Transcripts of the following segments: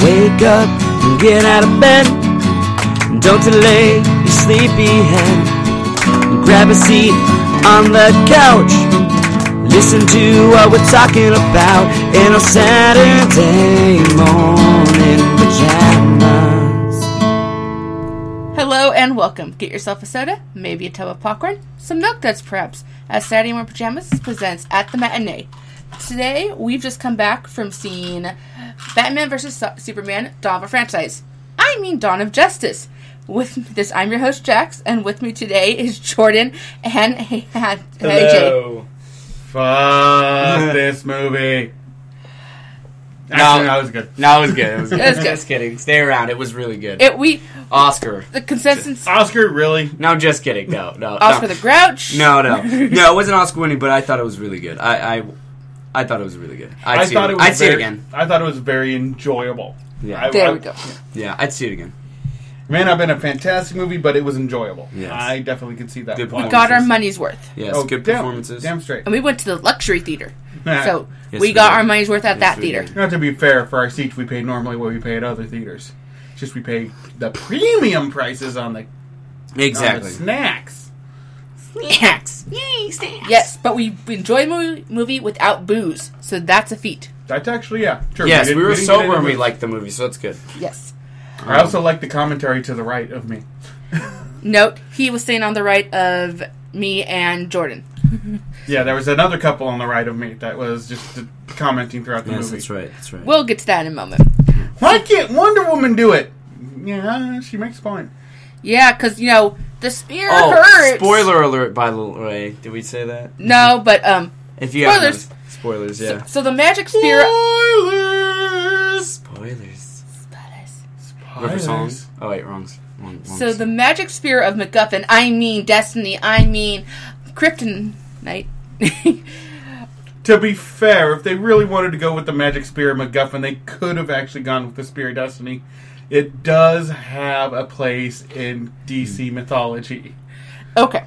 Wake up and get out of bed. Don't delay your sleepy head. Grab a seat on the couch. Listen to what we're talking about in our Saturday morning pajamas. Hello and welcome. Get yourself a soda, maybe a tub of popcorn, some milk duds perhaps, as Saturday Morning Pajamas presents At the Matinee. Today, we've just come back from seeing Batman vs. Su- Superman Dawn of a Franchise. I mean Dawn of Justice. With this, I'm your host, Jax, and with me today is Jordan and AJ. Oh. Hello. Fuck this movie. Actually, No. no, that was good. No, it was good. It was good. It was good. Just kidding. Stay around. It was really good. It, we, Oscar. the consensus, Oscar, really? No, just kidding. No, no. Oscar no. the Grouch. No, no, no. It wasn't Oscar winning, but I thought it was really good. I, I, I thought it was really good. I'd see thought it. it was I'd see very, it again. I thought it was very enjoyable. Yeah. I- There I- we go. Yeah, I'd see it again. May not have been a fantastic movie, but it was enjoyable. Yes. I definitely could see that. Good Why- point. Got our money's worth. Yes, Oh, good damn- performances. Damn straight. And we went to the luxury theater. So Yes, we we got did. our money's worth at Yes, that we theater. did. Not to be fair, for our seats we pay normally what we pay at other theaters. Just we pay the premium prices on the, on the Exactly. snacks. Snacks. Yay, snacks. Yes, but we we enjoyed the movie without booze, so that's a feat. That's actually, yeah. Sure, Yes, we, didn't- were didn't get sober into and we it. liked the movie, so that's good. Yes. I also like the commentary to the right of me. Note, he was staying on the right of me and Jordan. Yeah, there was another couple on the right of me that was just commenting throughout the Yes, movie. that's right. That's right. We'll get to that in a moment. Why can't Wonder Woman do it? Yeah, she makes a point. Yeah, because, you know, the spear oh, hurts. spoiler alert! By the way, did we say that? No, but, um, If you haven't Spoilers. noticed- spoilers, yeah. so the magic spear. Spoilers. Spoilers. River songs. Oh wait, wrong. s- wrong, wrong So song. the magic spear of MacGuffin, I mean Destiny, I mean Kryptonite. To be fair, if they really wanted to go with the magic spear of MacGuffin, they could have actually gone with the spear of destiny. It does have a place in DC Hmm. mythology. okay.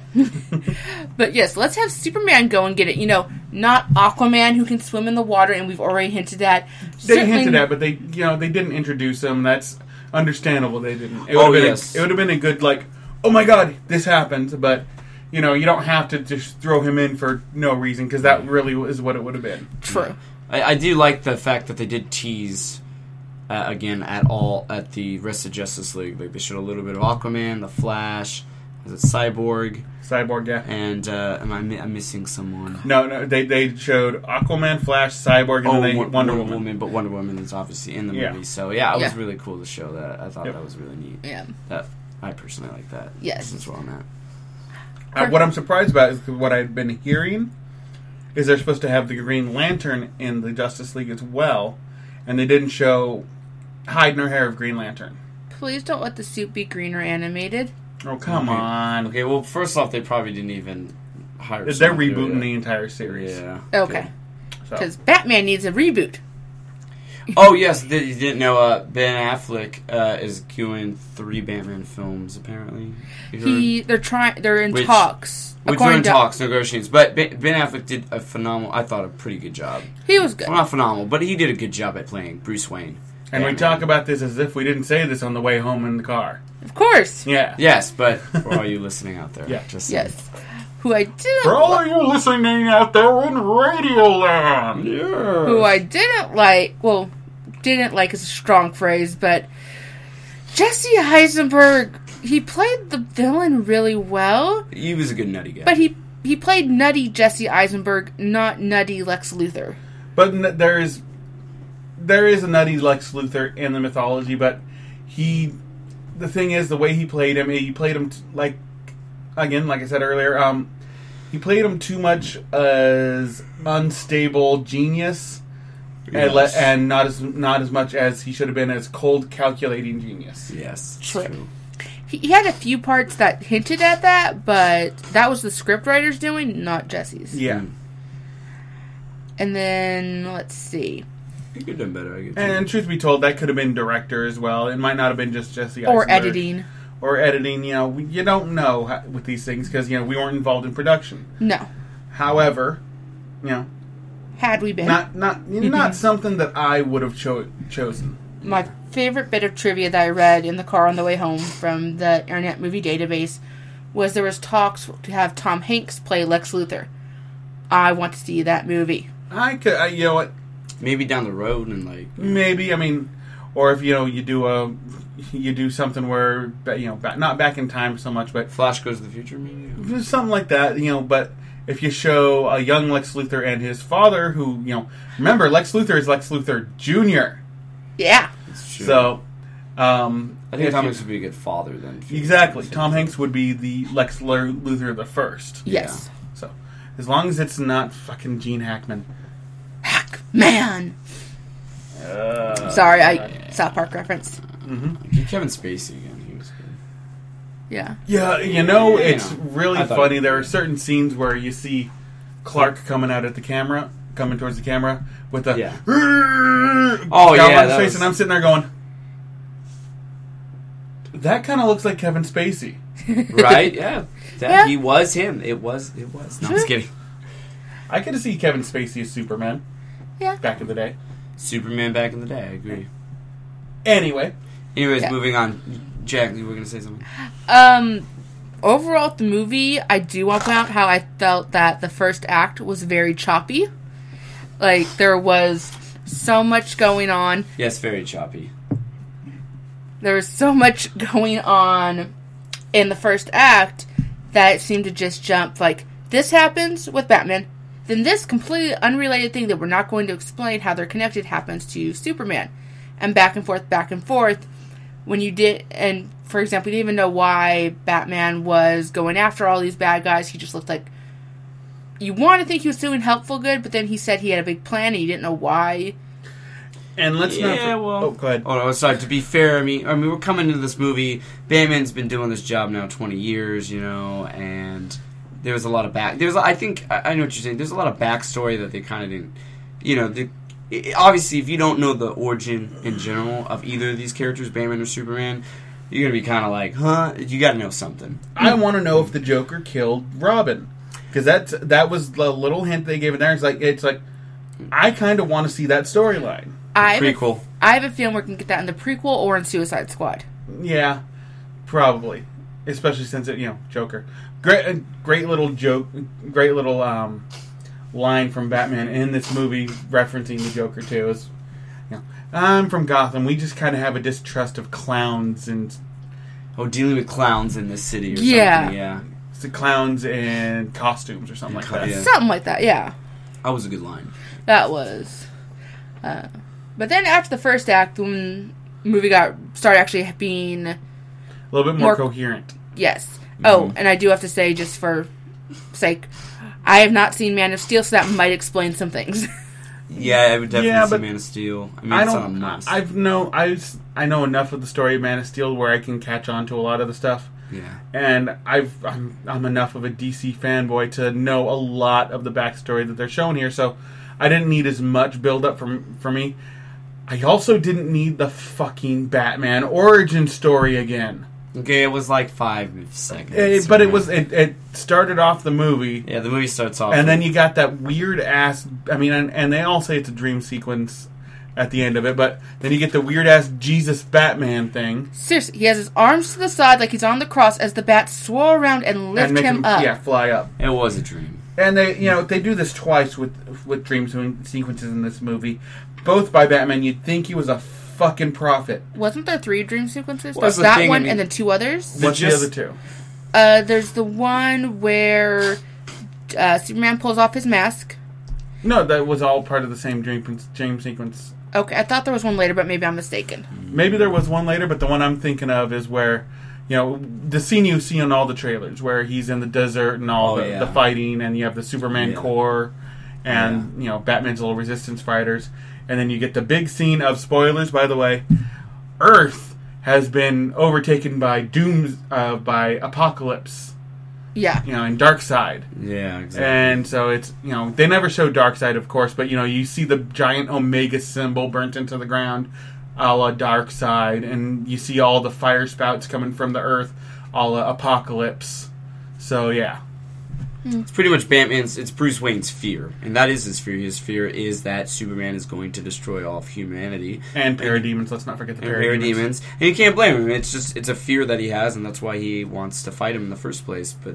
but yes, let's have Superman go and get it. You know, not Aquaman who can swim in the water, and we've already hinted at. They Certainly- hinted at, but they you know they didn't introduce him. That's understandable. They didn't. It would Oh, have been yes. a, it would have been a good like oh my god this happens, but you know you don't have to just throw him in for no reason because that really is what it would have been. True. I, I do like the fact that they did tease uh, again at all at the rest of Justice League. Like they showed a little bit of Aquaman, the Flash, is it Cyborg, Cyborg, yeah. and uh, am I mi- I'm missing someone? No, no, they they showed Aquaman, Flash, Cyborg, and then they Wo- Wonder Woman. but Oh, Wonder Woman is obviously in the Yeah. movie. So yeah, it was Yeah. really cool to show that. I thought Yep. that was really neat. Yeah. That I personally like that. Yes. that's where I'm at. Uh, what I'm surprised about is what I've been hearing is they're supposed to have the Green Lantern in the Justice League as well, and they didn't show hide nor hair of Green Lantern. Please don't let the suit be green or animated. Oh come Okay. on! Okay, well, first off, they probably didn't even hire. They're someone to do rebooting the it. entire series. Yeah. Okay. So. Because Batman needs a reboot. Oh yes, did, you didn't know uh, Ben Affleck uh, is doing three Batman films apparently. You heard? He, they're trying. They're in Which- talks. We're According doing to- talks, negotiations, but Ben Ben Affleck did a phenomenal. I thought a pretty good job. He was good. Well, not phenomenal, but he did a good job at playing Bruce Wayne. And we Batman. talk about this as if we didn't say this on the way home in the car. Of course. Yeah. Yes, but for all you listening out there, Yeah. just saying. Yes. Who I didn't. For all of you listening out there in Radio Land. who I didn't like. Well, didn't like is a strong phrase, but Jesse Heisenberg. He played the villain really well, he was a good nutty guy. but he he played nutty Jesse Eisenberg, not nutty Lex Luthor. But n- there is there is a nutty Lex Luthor in the mythology, but he the thing is the way he played him, he played him t- like again, like I said earlier, um he played him too much as unstable genius and, le- Yes. and not as not as much as he should have been as cold calculating genius. yes, it's True. true. He, he had a few parts that hinted at that, but that was the scriptwriters doing, not Jesse's. Yeah. Mm. And then let's see, He could have done better. I guess. And truth be told, that could have been director as well. It might not have been just Jesse or Eisenberg. editing. or editing. You know, we- you don't know how, with these things because you know we weren't involved in production. No, However, you know, had we been not not not something that I would have cho- chosen. My favorite bit of trivia that I read in the car on the way home from the Internet Movie Database was there was talks to have Tom Hanks play Lex Luthor. I want to see that movie. I could, I, you know what? Maybe down the road and like Maybe I mean, or if you know you do a, you do something where ba- you know ba- not back in time so much, but Flash goes to the future. Maybe something like that. You know, but if you show a young Lex Luthor and his father, who you know, remember Lex Luthor is Lex Luthor Junior. Yeah. It's true. So, um, I think if Tom you- Hanks would be a good father then. exactly Tom Hanks would be the Lex Lur- Luthor the first. Yes. So, as long as it's not fucking Gene Hackman. Hack man. Sorry, I South Park reference. Get Kevin Spacey again. He was good. Yeah. Yeah, you know, Yeah, it's you know. really I thought- funny. There are certain scenes where you see Clark coming out at the camera, coming towards the camera with a Yeah. oh yeah, his that face, was- and I'm sitting there going, that kind of looks like Kevin Spacey. right? Yeah. That Yeah. he was him. It was. It was. No, I'm just kidding. I could see Kevin Spacey as Superman Yeah. back in the day. Superman back in the day. I agree. Anyway, Anyways, Yeah. moving on. Jack, you were gonna say something. Um, overall, the movie, I do want to point out how I felt that the first act was very choppy. Like, there was so much going on. Yes, very choppy. There was so much going on in the first act that it seemed to just jump, like, this happens with Batman. Then this completely unrelated thing that we're not going to explain how they're connected happens to Superman. And back and forth, back and forth. when you did and for example you didn't even know why batman was going after all these bad guys he just looked like you want to think he was doing helpful good but then he said he had a big plan and you didn't know why and let's not. Yeah, well- oh, go ahead. Oh no, sorry. To be fair, I mean, I mean, we're coming into this movie. Batman's been doing this job now 20 years, you know, and there was a lot of back. There's, I think, I I know what you're saying. There's a lot of backstory that they kind of didn't, you know. The, i obviously, if you don't know the origin in general of either of these characters, Batman or Superman, you're gonna be kind of like, huh? You got to know something. I want to know if the Joker killed Robin because that's that was the little hint they gave in there. It's like it's like I kind of want to see that storyline. i have, a, Prequel. I have a feeling we're going to get that in the prequel or in suicide squad Yeah, probably, especially since it you know Joker. Great, uh, great little joke, great little um, line from Batman in this movie referencing the Joker too is, you know, I'm from Gotham. We just kind of have a distrust of clowns and Oh, dealing with clowns in this city. Or Yeah. Something. Yeah. it's the clowns and costumes or something like that. Yeah. something like that yeah That was a good line. that was uh, but then after the first act when movie got started actually being A little bit More- more, coherent. Yes. Mm-hmm. Oh, and I do have to say, just for sake, I have not seen Man of Steel, so that might explain some things. Yeah, I would definitely Yeah, see but Man of Steel. I mean, I it's not a don't. must. I've know. I s- I know enough of the story of Man of Steel where I can catch on to a lot of the stuff. yeah. and I've I'm, I'm enough of a DC fanboy to know a lot of the backstory that they're showing here, so I didn't need as much build up from for me. I also didn't need the fucking Batman origin story again. Okay, it was like five seconds. Eh, but it Yeah. was it, it started off the movie, Yeah, the movie starts off. and then you got that weird ass. I mean, and, and they all say it's a dream sequence at the end of it, but then you get the weird ass Jesus Batman thing, Seriously, he has his arms to the side like he's on the cross as the bats swirl around and lift and make him, up. yeah fly up. it was a dream. And they, you know, they do this twice with with dream se- sequences in this movie, both by Batman. You'd think he was a fucking prophet. Wasn't there three dream sequences? Well, that's There's the that thing, I one mean- and then two others. What's just- the other two? Uh, there's the one where uh, Superman pulls off his mask. No, that was all part of the same dream prin- dream sequence. Okay, I thought there was one later, but maybe I'm mistaken. Maybe there was one later, but the one I'm thinking of is where, you know, the scene you see in all the trailers where he's in the desert and Oh, all the, yeah. the fighting, and you have the Superman Yeah. Corps, and you know Batman's little resistance fighters, and then you get the big scene of spoilers. By the way, Earth has been overtaken by dooms uh, by apocalypse, Yeah. you know, and Dark Side. Yeah, exactly. And so it's you know they never show Dark Side, of course, but you know you see the giant Omega symbol burnt into the ground, a la Dark Side, and you see all the fire spouts coming from the Earth, a la Apocalypse. So yeah, It's pretty much Batman's. It's Bruce Wayne's fear, and that is his fear. His fear is that Superman is going to destroy all of humanity and parademons. Let's not forget the and parademons. And you can't blame him. It's just it's a fear that he has, and that's why he wants to fight him in the first place. But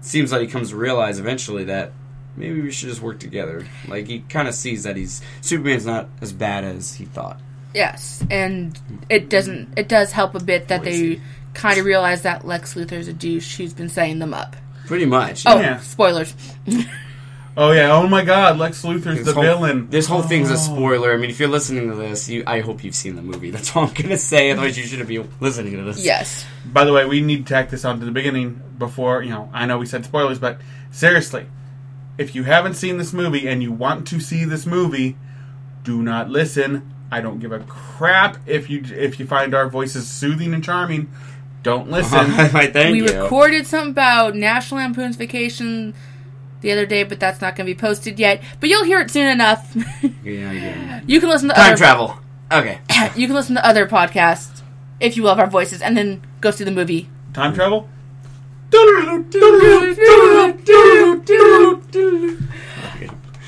it seems like he comes to realize eventually that maybe we should just work together. Like he kind of sees that he's Superman's not as bad as he thought. Yes, and it doesn't. It does help a bit that they kind of realize that Lex Luthor's a douche who's been setting them up. Pretty much. Oh, Yeah. spoilers. Oh yeah! Oh my God! Lex Luthor's This the whole- villain. This whole thing's a spoiler. I mean, if you're listening to this, you, I hope you've seen the movie. That's all I'm gonna say. Otherwise, you shouldn't be listening to this. yes. By the way, we need to tack this on to the beginning before you know. I know we said spoilers, but seriously, if you haven't seen this movie and you want to see this movie, do not listen. I don't give a crap if you if you find our voices soothing and charming. Don't listen. Why, thank we you. recorded something about National Lampoon's Vacation the other day, but that's not going to be posted yet. But you'll hear it soon enough. Yeah, yeah. you can listen to Time other, travel. Okay. You can listen to other podcasts if you love our voices, and then go see the movie. Time travel.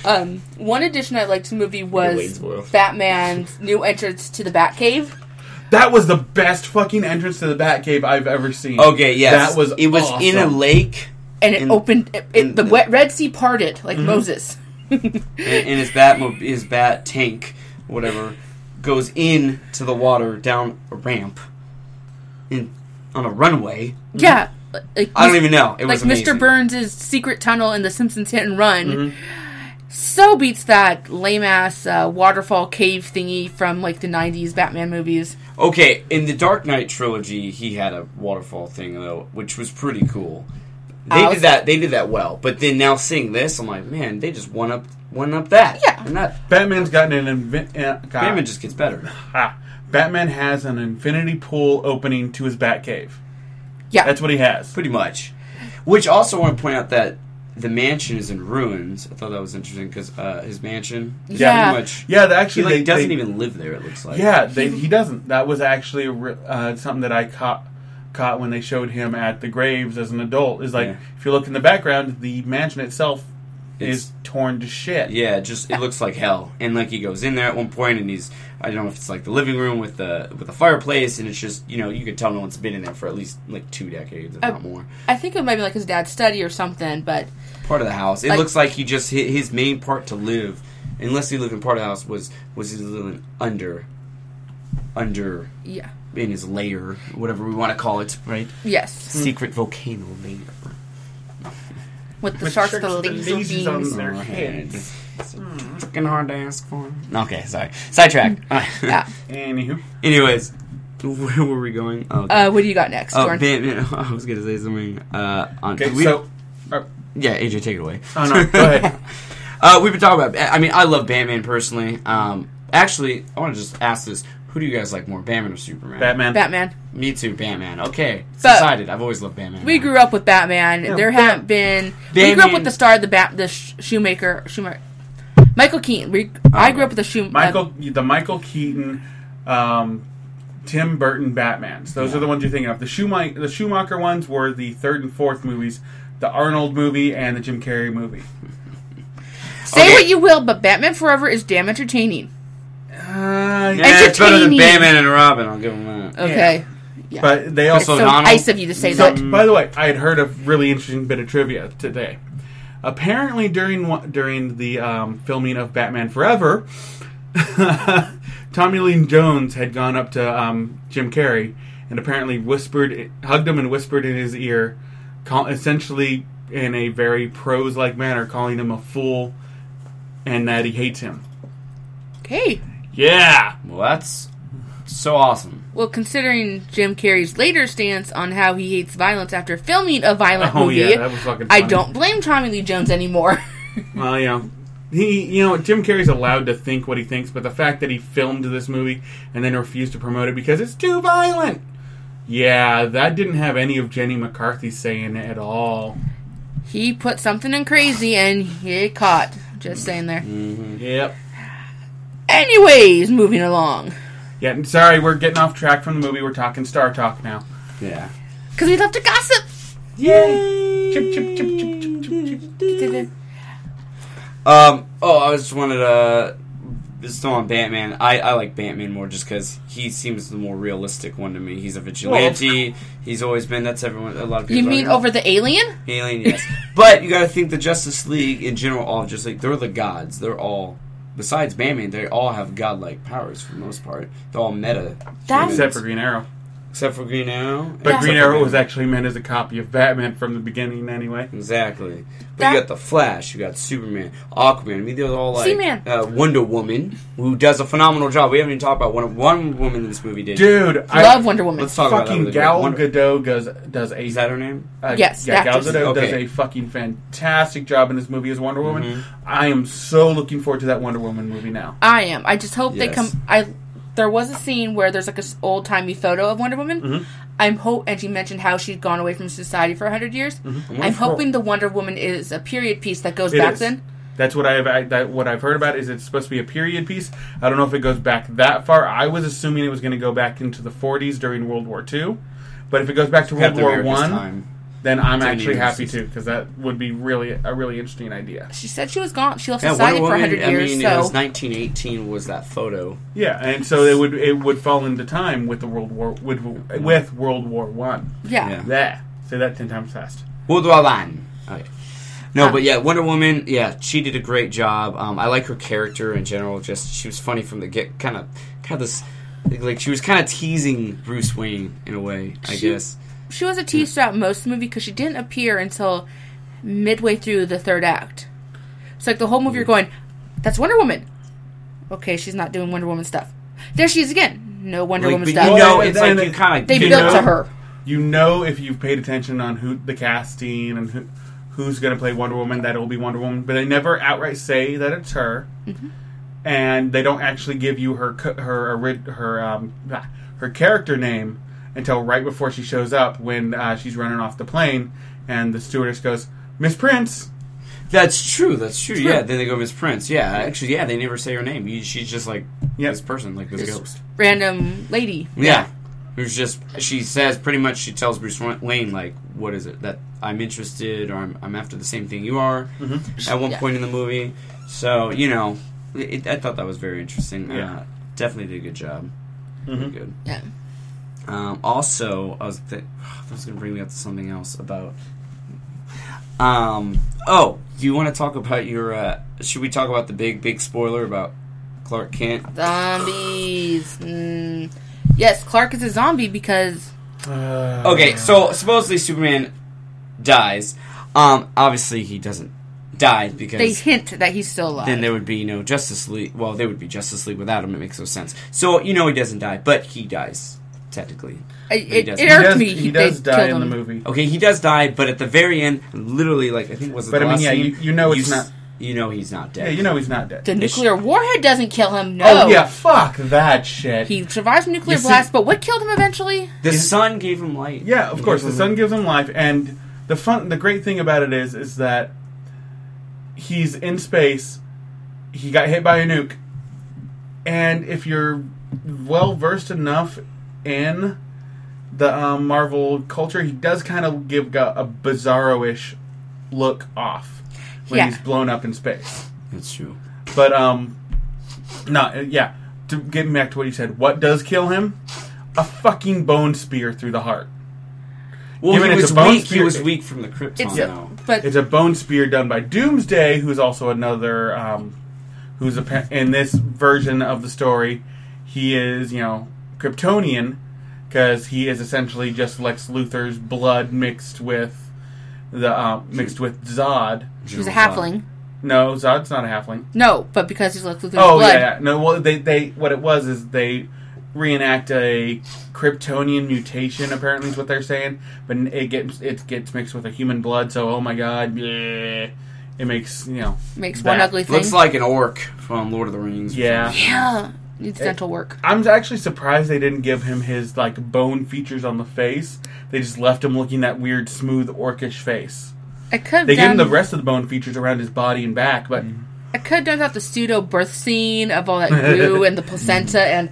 Um, one addition I liked to the movie was Wayne's World. Batman's new entrance to the Batcave. That was the best fucking entrance to the Batcave I've ever seen. Okay. Yes. that was It was in a awesome. lake, and it In- opened it, it, in the the- wet Red Sea parted Mm-hmm. like Moses. and, and his bat, mo- his bat tank, whatever, goes into the water down a ramp, in on a runway. Mm-hmm. yeah, like, I don't even know. It like was Mr. amazing. Burns' secret tunnel in The Simpsons Hit and Run. Mm-hmm. So beats that lame ass uh, waterfall cave thingy from like the '90s Batman movies. Okay, in the Dark Knight trilogy, he had a waterfall thing though, which was pretty cool. They I was- did that. They did that well. But then now seeing this, I'm like, man, they just one up, one up that. Yeah. and that Batman's gotten an inven- uh, God. Batman just gets better. Ah, Batman has an infinity pool opening to his Batcave. Yeah, That's what he has. pretty much. Which also want to point out that the mansion is in ruins. I thought that was interesting because uh, his mansion, is Yeah. pretty much. Yeah, the- He actually, like they, doesn't they- even live there. It looks like. Yeah, they, he doesn't. That was actually a re- uh, something that I caught caught when they showed him at the graves as an adult. Is like Yeah. if you look in the background, the mansion itself It's- is torn to shit. Yeah, it just it looks like hell. And like he goes in there at one point, and he's I don't know if it's like the living room with the with the fireplace, and it's just you know you could tell no one's been in there for at least like two decades, if Uh, not more. I think it might be like his dad's study or something, but Part of the house. It like- looks like he just hit his main part to live, unless he lived in part of the house was was he living under under yeah, in his lair, whatever we want to call it, right? yes, Secret volcano lair. with the Mm. With sharks, the sharks, the laser lasers on beams. them. Their Oh, heads. it's- It's freaking hard to ask for. Hmm. Okay, sorry. Sidetrack. Yeah. Anywho, Anyways, where were we going? Oh, okay. Uh, what do you got next, Oh, Jordan? Batman. I was gonna say something. Uh, on, okay, we- so uh, yeah, AJ, take it away. oh no, go ahead. Uh, we've been talking about. I mean, I love Batman personally. Um, actually, I want to just ask this: Who do you guys like more, Batman or Superman? Batman. Batman. Me too, Batman. Okay, it's But- decided. I've always loved Batman. We grew up with Batman. Yeah, there Bat- haven't been. We grew up Batman- with the star, of the bat, the sh- shoemaker, shoemaker, Michael Keaton. We, I grew up with the uh, shoe. Oh, Michael, the Michael Keaton, um, Tim Burton Batmans. Those are the ones you're thinking of. The Schumacher, the Schumacher ones were the third and fourth movies, the Arnold movie and the Jim Carrey movie. uh, say okay. what you will, but Batman Forever is damn entertaining. Uh, Yeah, it's better than Entertaining. Oh. Batman and Robin. I'll give him that. Okay, But they it's also so Donald- nice of you to say So, mm. that. by the way, I had heard a really interesting bit of trivia today. Apparently, during one- during the um, filming of Batman Forever, Tommy Lee Jones had gone up to um, Jim Carrey and apparently whispered, hugged him, and whispered in his ear, call, essentially in a very prose-like manner, calling him a fool and that he hates him. Okay. Yeah, Well, that's so awesome. Well, considering Jim Carrey's later stance on how he hates violence after filming a violent Oh, movie, yeah, that was fucking I funny. don't blame Tommy Lee Jones anymore. Well, you know, he, you know, Jim Carrey's allowed to think what he thinks, but the fact that he filmed this movie and then refused to promote it because it's too violent. Yeah, that didn't have any of Jenny McCarthy saying it at all. he put something in crazy and he caught. Just saying there. Mm. Yep. Anyways, moving along. Yeah, and sorry, we're getting off track from the movie. We're talking Star Talk now. Yeah. Because we love to gossip. Yay! Chip, chip, chip, chip, chip, chip, chip. Mm. Um. Oh, I just wanted to. This is still on Batman. I, I like Batman more just because he seems the more realistic one to me. He's a vigilante. He's always been. That's everyone. A lot of people. You mean are- over the alien? Alien, yes. but you got to think the Justice League in general, all just like they're the gods. They're all besides Batman, they all have godlike powers for the most part. They're all meta, That's Except for Green Arrow. except for Green Arrow. But Yeah. Green Arrow was actually meant as a copy of Batman from the beginning, anyway. exactly. But That- you got the Flash, you got Superman, Aquaman. I mean, they're all like Seaman. Uh, Wonder Woman, who does a phenomenal job. We haven't even talked about one. One woman in this movie did. Dude, I Love Wonder Woman. Let's talk about that fucking really quick. Gal Wonder- Gadot goes, does a Is that her name? Uh, Yes, yeah, the Gal actress. Gadot does Okay. a fucking fantastic job in this movie as Wonder Woman. I am so looking forward to that Wonder Woman movie now. I am. I just hope they Yes. come. I there was a scene where there's like an old timey photo of Wonder Woman. Mm-hmm. I'm hope, and she mentioned how she'd gone away from society for hundred years. Mm-hmm. I'm hoping the Wonder Woman is a period piece that goes It back is. then. That's what I have. I, that, what I've heard about is it's supposed to be a period piece. I don't know if it goes back that far. I was assuming it was going to go back into the 40s during World War II, but if it goes back to World Captain War America's One, time. then I'm During actually the happy Injustice. to because that would be really a really interesting idea. She said she was gone. She left Yeah, society Wonder for Woman. hundred years. I mean, so it was 1918 was that photo. Yeah, and so it would it would fall into time with the World War with with World War One. yeah. Yeah. There, say that ten times fast. World War One. Okay. No, Uh, but yeah, Wonder Woman. Yeah, she did a great job. Um, I like her character in general. Just she was funny from the get. Kind of, kind of this, like she was kind of teasing Bruce Wayne in a way. I She- guess. she was a tease throughout most of the movie because she didn't appear until midway through the third act. So like the whole movie, you're going, "That's Wonder Woman." Okay, she's not doing Wonder Woman stuff. There she is again. No Wonder Like, Woman but you stuff. know, Well, it's and like you they- kind of they you built to know- her. You know if you've paid attention on who the casting and who who's going to play Wonder Woman that it'll be Wonder Woman, but they never outright say that it's her, Mm-hmm. and they don't actually give you her co- her ori- her um, ah, her character name until right before she shows up when uh, she's running off the plane and the stewardess goes Miss Prince. That's true. That's true. Yeah. Then they go Miss Prince. Yeah. Actually, yeah. They never say her name. You, she's just like Yep. this person, like this This ghost. Random lady. Yeah. Who's just she says pretty much she tells Bruce Wayne like what is it that I'm interested or I'm, I'm after the same thing you are at one Yeah. point in the movie. So you know, it, I thought that was very interesting. Yeah. Uh, definitely did a good job. Pretty good. Yeah. Um, also, I was th- I was going to bring me up to something else about. Um. Oh, do you want to talk about your? Uh, should we talk about the big big spoiler about Clark Kent? Zombies. Mm. Yes, Clark is a zombie because Okay, so supposedly Superman dies. Um, obviously he doesn't die because they hint that he's still alive. then there would be no Justice League. Well, there would be Justice League without him. It makes no sense. So you know he doesn't die, but he dies technically. I- he it, does- it He he irked does, me. he they does die killed in the him. movie. Okay, he does die, but at the very end, literally, like I think it was. But the I mean, last yeah, scene, you- you know s- it's not- You know he's not dead. Yeah, you know he's not dead. The They sh- nuclear warhead doesn't kill him. No. Oh yeah, fuck that shit. He survives nuclear You see- blast, but what killed him eventually? the sun gave him light. Yeah, of course. The sun gives him life, and the fun, the great thing about it is, is that he's in space. He got hit by a nuke, and if you're well versed enough in the um, Marvel culture, he does kind of give go- a bizarro-ish look off when Yeah. he's blown up in space. that's true. But um, no, uh, yeah. To get back to what you said, what does kill him? A fucking bone spear through the heart. Well, Given he it's was a bone weak. He spear- was weak from the Krypton. It's- though. But It's a bone spear done by Doomsday, who's also another, um, who's a, pa- in this version of the story, he is, you know, Kryptonian, because he is essentially just Lex Luthor's blood mixed with the, uh, mixed with Zod. he was a halfling. No, Zod's not a halfling. No, but because he's Lex Luthor's Oh, blood. yeah, yeah. No, well, they, they, what it was is they reenact a Kryptonian mutation, apparently is what they're saying, but it gets, it gets mixed with a human blood, so, oh my god, bleh. It makes, you know, Makes one That ugly thing. Looks like an orc from Lord of the Rings. Yeah. yeah. Needs dental work. I'm actually surprised they didn't give him his like bone features on the face. They just left him looking that weird, smooth, orcish face. I could They have gave him done, the rest of the bone features around his body and back, but I could have done without the pseudo birth scene of all that goo and the placenta and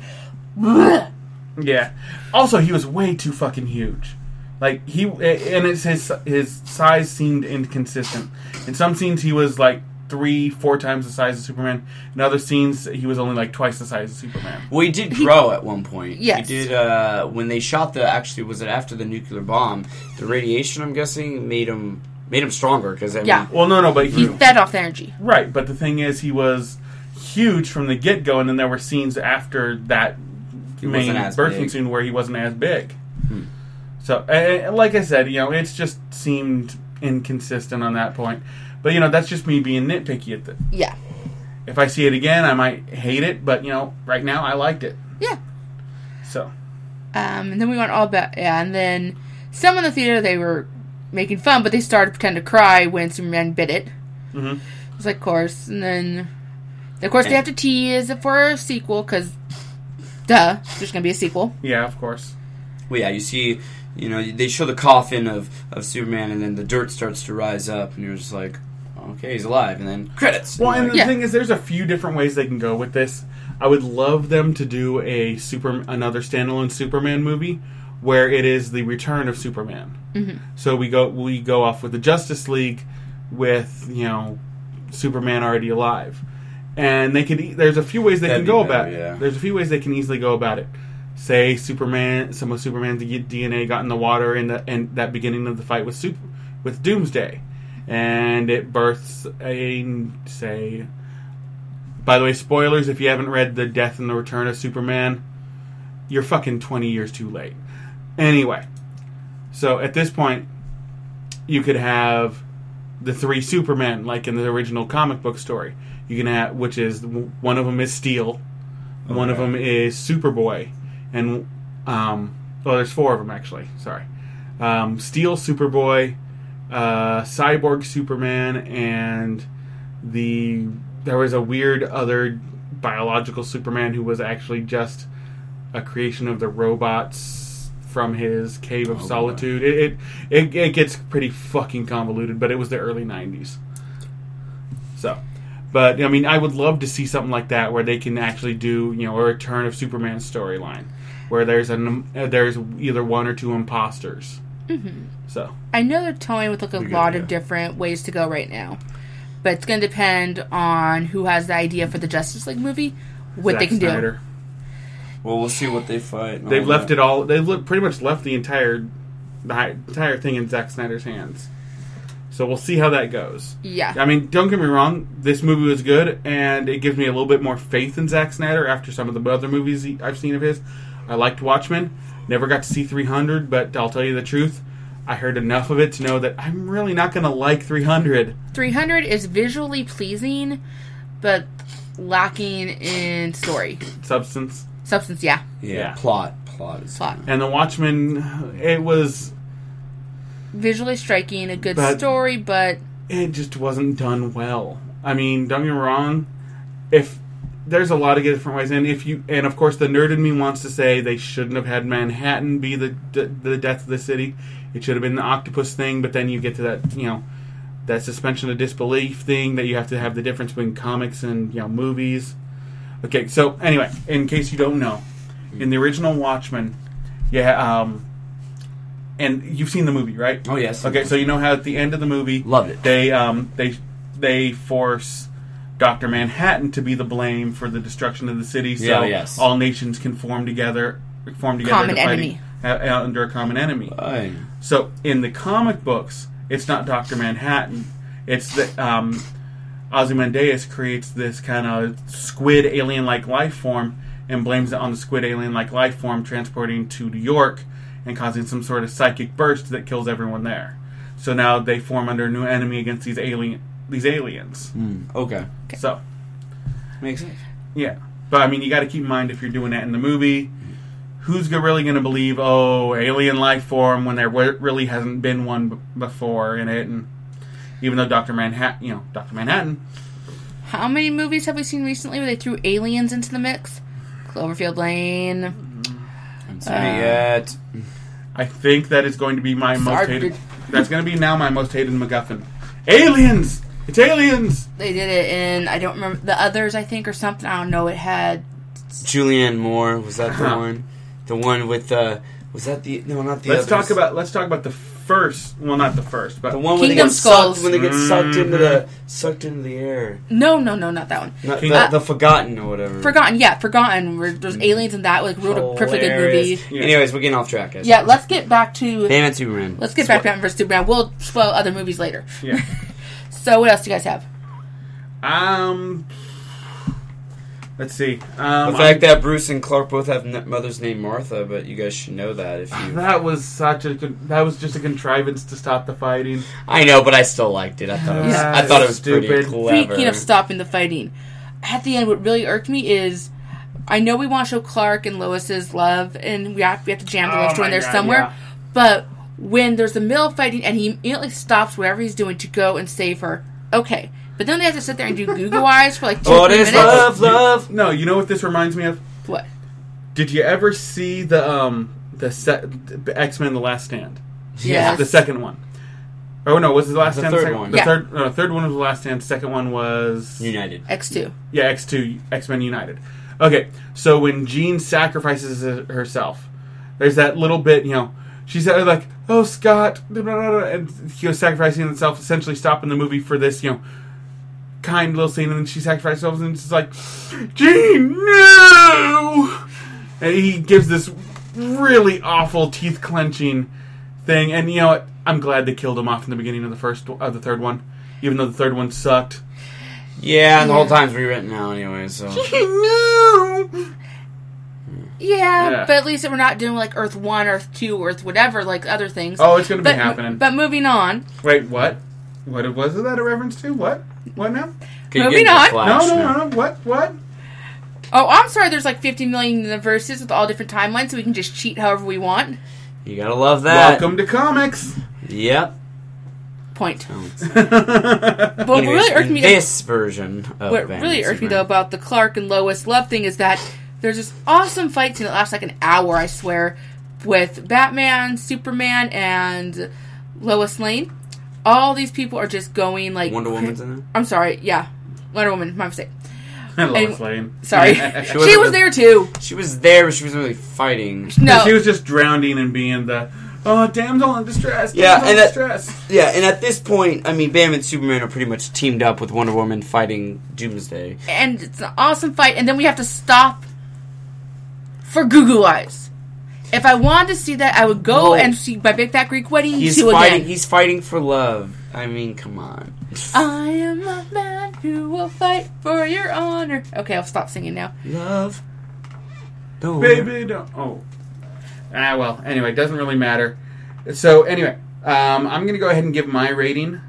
yeah. Also, he was way too fucking huge. Like he and it's his his size seemed inconsistent. In some scenes he was like three, four times the size of Superman. In other scenes he was only like twice the size of Superman. Well, he did grow at one point. Yes. He did, uh, when they shot the, actually, was it after the nuclear bomb? The radiation, I'm guessing, made him made him stronger, because, I Yeah. mean, Well, no, no, but He he fed off the energy. right. But the thing is, he was huge from the get go, and then there were scenes after that main wasn't as birthing big. Hmm. scene where he wasn't as big. So, a- a- like I said, you know, it's just seemed inconsistent on that point. But you know, that's just me being nitpicky at the. Yeah. If I see it again, I might hate it, but you know, right now I liked it. Yeah. So, Um, and then we went all back. Yeah, and then some in the theater they were making fun, but they started to pretend to cry when Superman bit it. Mhm. It was like, of course. And then, of course, they And- have to tease it for a sequel because, duh, there's gonna be a sequel. yeah, of course. well, yeah, you see, you know, they show the coffin of, of Superman, and then the dirt starts to rise up, and you're just like, okay, he's alive, and then credits. Well, and like, the Yeah. thing is, there's a few different ways they can go with this. I would love them to do a super another standalone Superman movie where it is the return of Superman. So we go we go off with the Justice League with you know Superman already alive, and they could. e- There's a few ways they That'd can go be better, about yeah. it. There's a few ways they can easily go about it. Say Superman, some of Superman's D- DNA got in the water in the in that beginning of the fight with Sup with Doomsday, and it births a say. By the way, spoilers if you haven't read the Death and the Return of Superman, you're fucking twenty years too late. Anyway, so at this point, you could have the three Supermen, like in the original comic book story. You can have, which is one of them is Steel, one of Okay. them is Superboy, and um, well, there's four of them actually. Sorry, um, Steel, Superboy, uh, Cyborg, Superman, and the there was a weird other biological Superman who was actually just a creation of the robots from his cave of boy. solitude. It, it it it gets pretty fucking convoluted, but it was the early '90s. So, but I mean, I would love to see something like that where they can actually do you know a return of Superman storyline, where there's an uh, there's either one or two imposters. Mm-hmm. So I know they're toying with like a We got- lot yeah. of different ways to go right now, but it's gonna depend on who has the idea for the Justice League movie, what they Zack can do. Snyder. well, we'll see what they fight. and They've all left that. it all. They've li- pretty much left the entire the hi- entire thing in Zack Snyder's hands. So we'll see how that goes. Yeah. I mean, don't get me wrong. This movie was good, and it gives me a little bit more faith in Zack Snyder after some of the other movies he, I've seen of his. I liked Watchmen. Never got to see 300, but I'll tell you the truth. I heard enough of it to know that I'm really not going to like 300. 300 is visually pleasing, but lacking in story. Substance. Substance, yeah. Yeah, Yeah. plot. Plot is. Plot. And The Watchmen, it was. Visually striking, a good But- story, but It just wasn't done well. I mean, don't get me wrong. If. There's a lot of different ways, and if you, and of course, the nerd in me wants to say they shouldn't have had Manhattan be the the, the death of the city. It should have been the octopus thing, but then you get to that, you know, that suspension of disbelief thing that you have to have the difference between comics and you know movies. Okay, so anyway, in case you don't know, Hmm. in the original Watchmen, yeah, um, and you've seen the movie, right? Oh, yes. Okay, so you know how at the end of the movie, Loved it. They um they they force Doctor Manhattan to be the blame for the destruction of the city, so Yeah, yes. all nations can form together, form together Common to fight enemy. uh, uh, under a common enemy. Fine. So in the comic books, it's not Doctor Manhattan. It's the um, Ozymandias creates this kind of squid alien-like life form and blames it on the squid alien-like life form transporting to New York and causing some sort of psychic burst that kills everyone there. So now they form under a new enemy against these alien these aliens. Okay. So Makes sense. yeah, but I mean, you got to keep in mind if you're doing that in the movie, who's go- really going to believe oh alien life form when there w- really hasn't been one b- before in it? And even though Doctor Manhattan, you know, Doctor Manhattan, how many movies have we seen recently where they threw aliens into the mix? Cloverfield Lane. I'm saying Uh, it yet. I think that is going to be my Sorry, most hated. dude. That's going to be now my most hated MacGuffin. Aliens, it's aliens. They did it in, I don't remember, the others, I think, or something. I don't know. It had, uh-huh. Julianne Moore was that the Huh. one? The one with the Was that the no? Not the. Let's others. talk about let's talk about the first. Well, not the first, but the one when they Kingdom get sucked Skulls. when they get sucked into Mhm. the sucked into the air. No, no, no, not that one. Not, King- the, Uh, the Forgotten or whatever. Forgotten, yeah, Forgotten. Where there's aliens and that, like, wrote a perfectly good movie. Hilarious. Yeah. Anyways, we're getting off track, guys. Yeah, let's get back to Batman Superman. let's get back to Batman vs Superman. We'll spoil other movies later. yeah. So what else do you guys have? Um, let's see. The Um, fact that Bruce and Clark both have n- mother's name Martha, but you guys should know that if you. that was such a con- that was just a contrivance to stop the fighting. I know, but I still liked it. I thought it was. Yeah. I thought it was Stupid. pretty clever. Speaking of stopping the fighting, at the end, what really irked me is I know we want to show Clark and Lois's love, and we have, we have to jam the Oh love story in my there God, somewhere, yeah. but when there's a middle of fighting and he immediately stops whatever he's doing to go and save her, okay. But then they have to sit there and do Google eyes for like two What three is minutes. love? Love. No, you know what this reminds me of? What? Did you ever see the um the se- X Men: The Last Stand? Yeah. The second one. Oh no, was it the last The stand? third second one. The Yeah. third, no, the third one was the last stand. Second one was United. X two. yeah X two X Men United. Okay, so when Jean sacrifices herself, there's that little bit you know. She said like, "Oh Scott," blah, blah, blah, blah, and he was sacrificing himself, essentially stopping the movie for this you know kind little scene, and then she sacrifices herself, and she's like, "Jean, no!" And he gives this really awful teeth clenching thing, and you know what? I'm glad they killed him off in the beginning of the first of the third one, even though the third one sucked. Yeah, and the whole time's rewritten now anyway. So no. Yeah, Yeah. but at least we're not doing like Earth one, Earth two, Earth whatever, like other things. Oh, it's gonna but be happening. but moving on. Wait, what? What was it that a reference to? What? What now? Could Moving into on. Flash No, no, now. no, no. What? What? Oh, I'm sorry. There's like 50 million universes with all different timelines, so we can just cheat however we want. You gotta love that. Welcome to comics. Yep. Point. yeah, But what really irked in me. this version of what Batman really irked me though Superman. about the Clark and Lois love thing is that there's this awesome fight scene that lasts like an hour, I swear, with Batman, Superman, and Lois Lane. All these people are just going like Wonder Woman's in there. I'm sorry, yeah, Wonder Woman, my mistake. Lois Lane. Sorry, she, she was there too. She was there, but she wasn't really fighting. No, was just drowning and being the oh damsel in distress. Yeah, damsel in and that- distress. Yeah, and at this point, I mean, Batman and Superman are pretty much teamed up with Wonder Woman fighting Doomsday. and it's an awesome fight. And then we have to stop for Google Eyes. If I wanted to see that, I would go Whoa. and see my Big Fat Greek Wedding He's two fighting. again. He's fighting for love. I mean, come on. I am a man who will fight for your honor. Okay, I'll stop singing now. love. No. Baby, don't. Oh. Ah, well, anyway, it doesn't really matter. So, anyway, um, I'm going to go ahead and give my rating.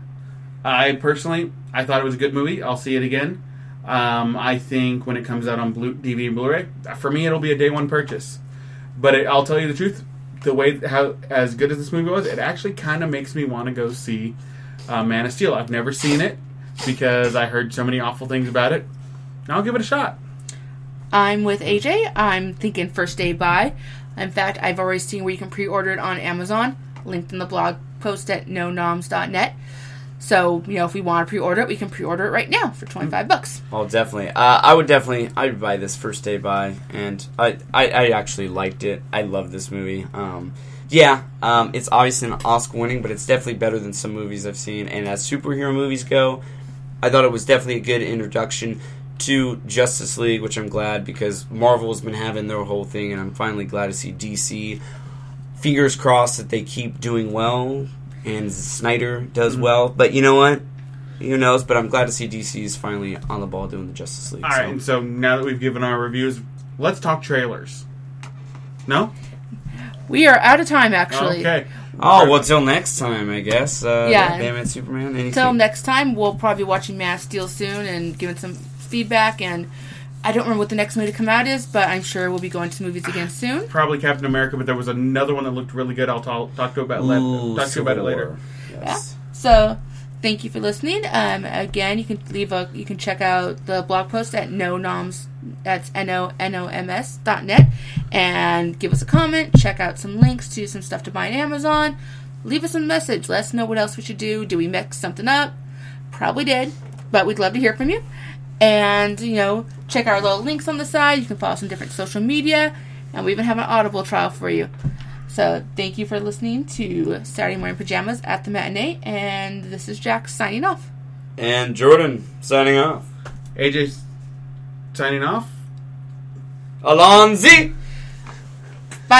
I personally, I thought it was a good movie. I'll see it again. Um, I think when it comes out on Blu- DVD and Blu-ray, for me, it'll be a day one purchase. But it, I'll tell you the truth, the way how as good as this movie was, it actually kind of makes me want to go see uh, Man of Steel. I've never seen it because I heard so many awful things about it. And I'll give it a shot. I'm with AJ. I'm thinking first day buy. In fact, I've already seen where you can pre-order it on Amazon, linked in the blog post at nonoms.net. So, you know, if we want to pre-order it, we can pre-order it right now for 25 bucks. Oh, definitely. Uh, I would definitely. I would buy this first day buy, and I, I, I actually liked it. I love this movie. Um, yeah, um, it's obviously an Oscar winning, but it's definitely better than some movies I've seen. And as superhero movies go, I thought it was definitely a good introduction to Justice League, which I'm glad because Marvel's been having their whole thing, and I'm finally glad to see DC. Fingers crossed that they keep doing well, and Snyder does Mm-hmm. well. But you know what? Who knows? But I'm glad to see DC is finally on the ball doing the Justice League. All right, and so now that we've given our reviews, let's talk trailers. No? We are out of time, actually. Okay. Oh well, till next time, I guess. Uh, Yeah. Batman, Superman. Anything. Until next time, we'll probably be watching Mass Steel soon and giving some feedback. And I don't remember what the next movie to come out is, but I'm sure we'll be going to movies again soon. Probably Captain America, but there was another one that looked really good. I'll talk, talk to about Ooh, le- talk to you about it Civil later. War. Yes. So thank you for listening. Um, again, you can leave a you can check out the blog post at no noms that's n o n o m s dot net and give us a comment. Check out some links to some stuff to buy on Amazon. Leave us a message. Let us know what else we should do. Do we mix something up? Probably did, but we'd love to hear from you. And you know, check our little links on the side. You can follow us on different social media, and we even have an Audible trial for you. So thank you for listening to Saturday Morning Pajamas at the matinee, and this is Jack signing off. And Jordan signing off. AJ signing off. Alonzi!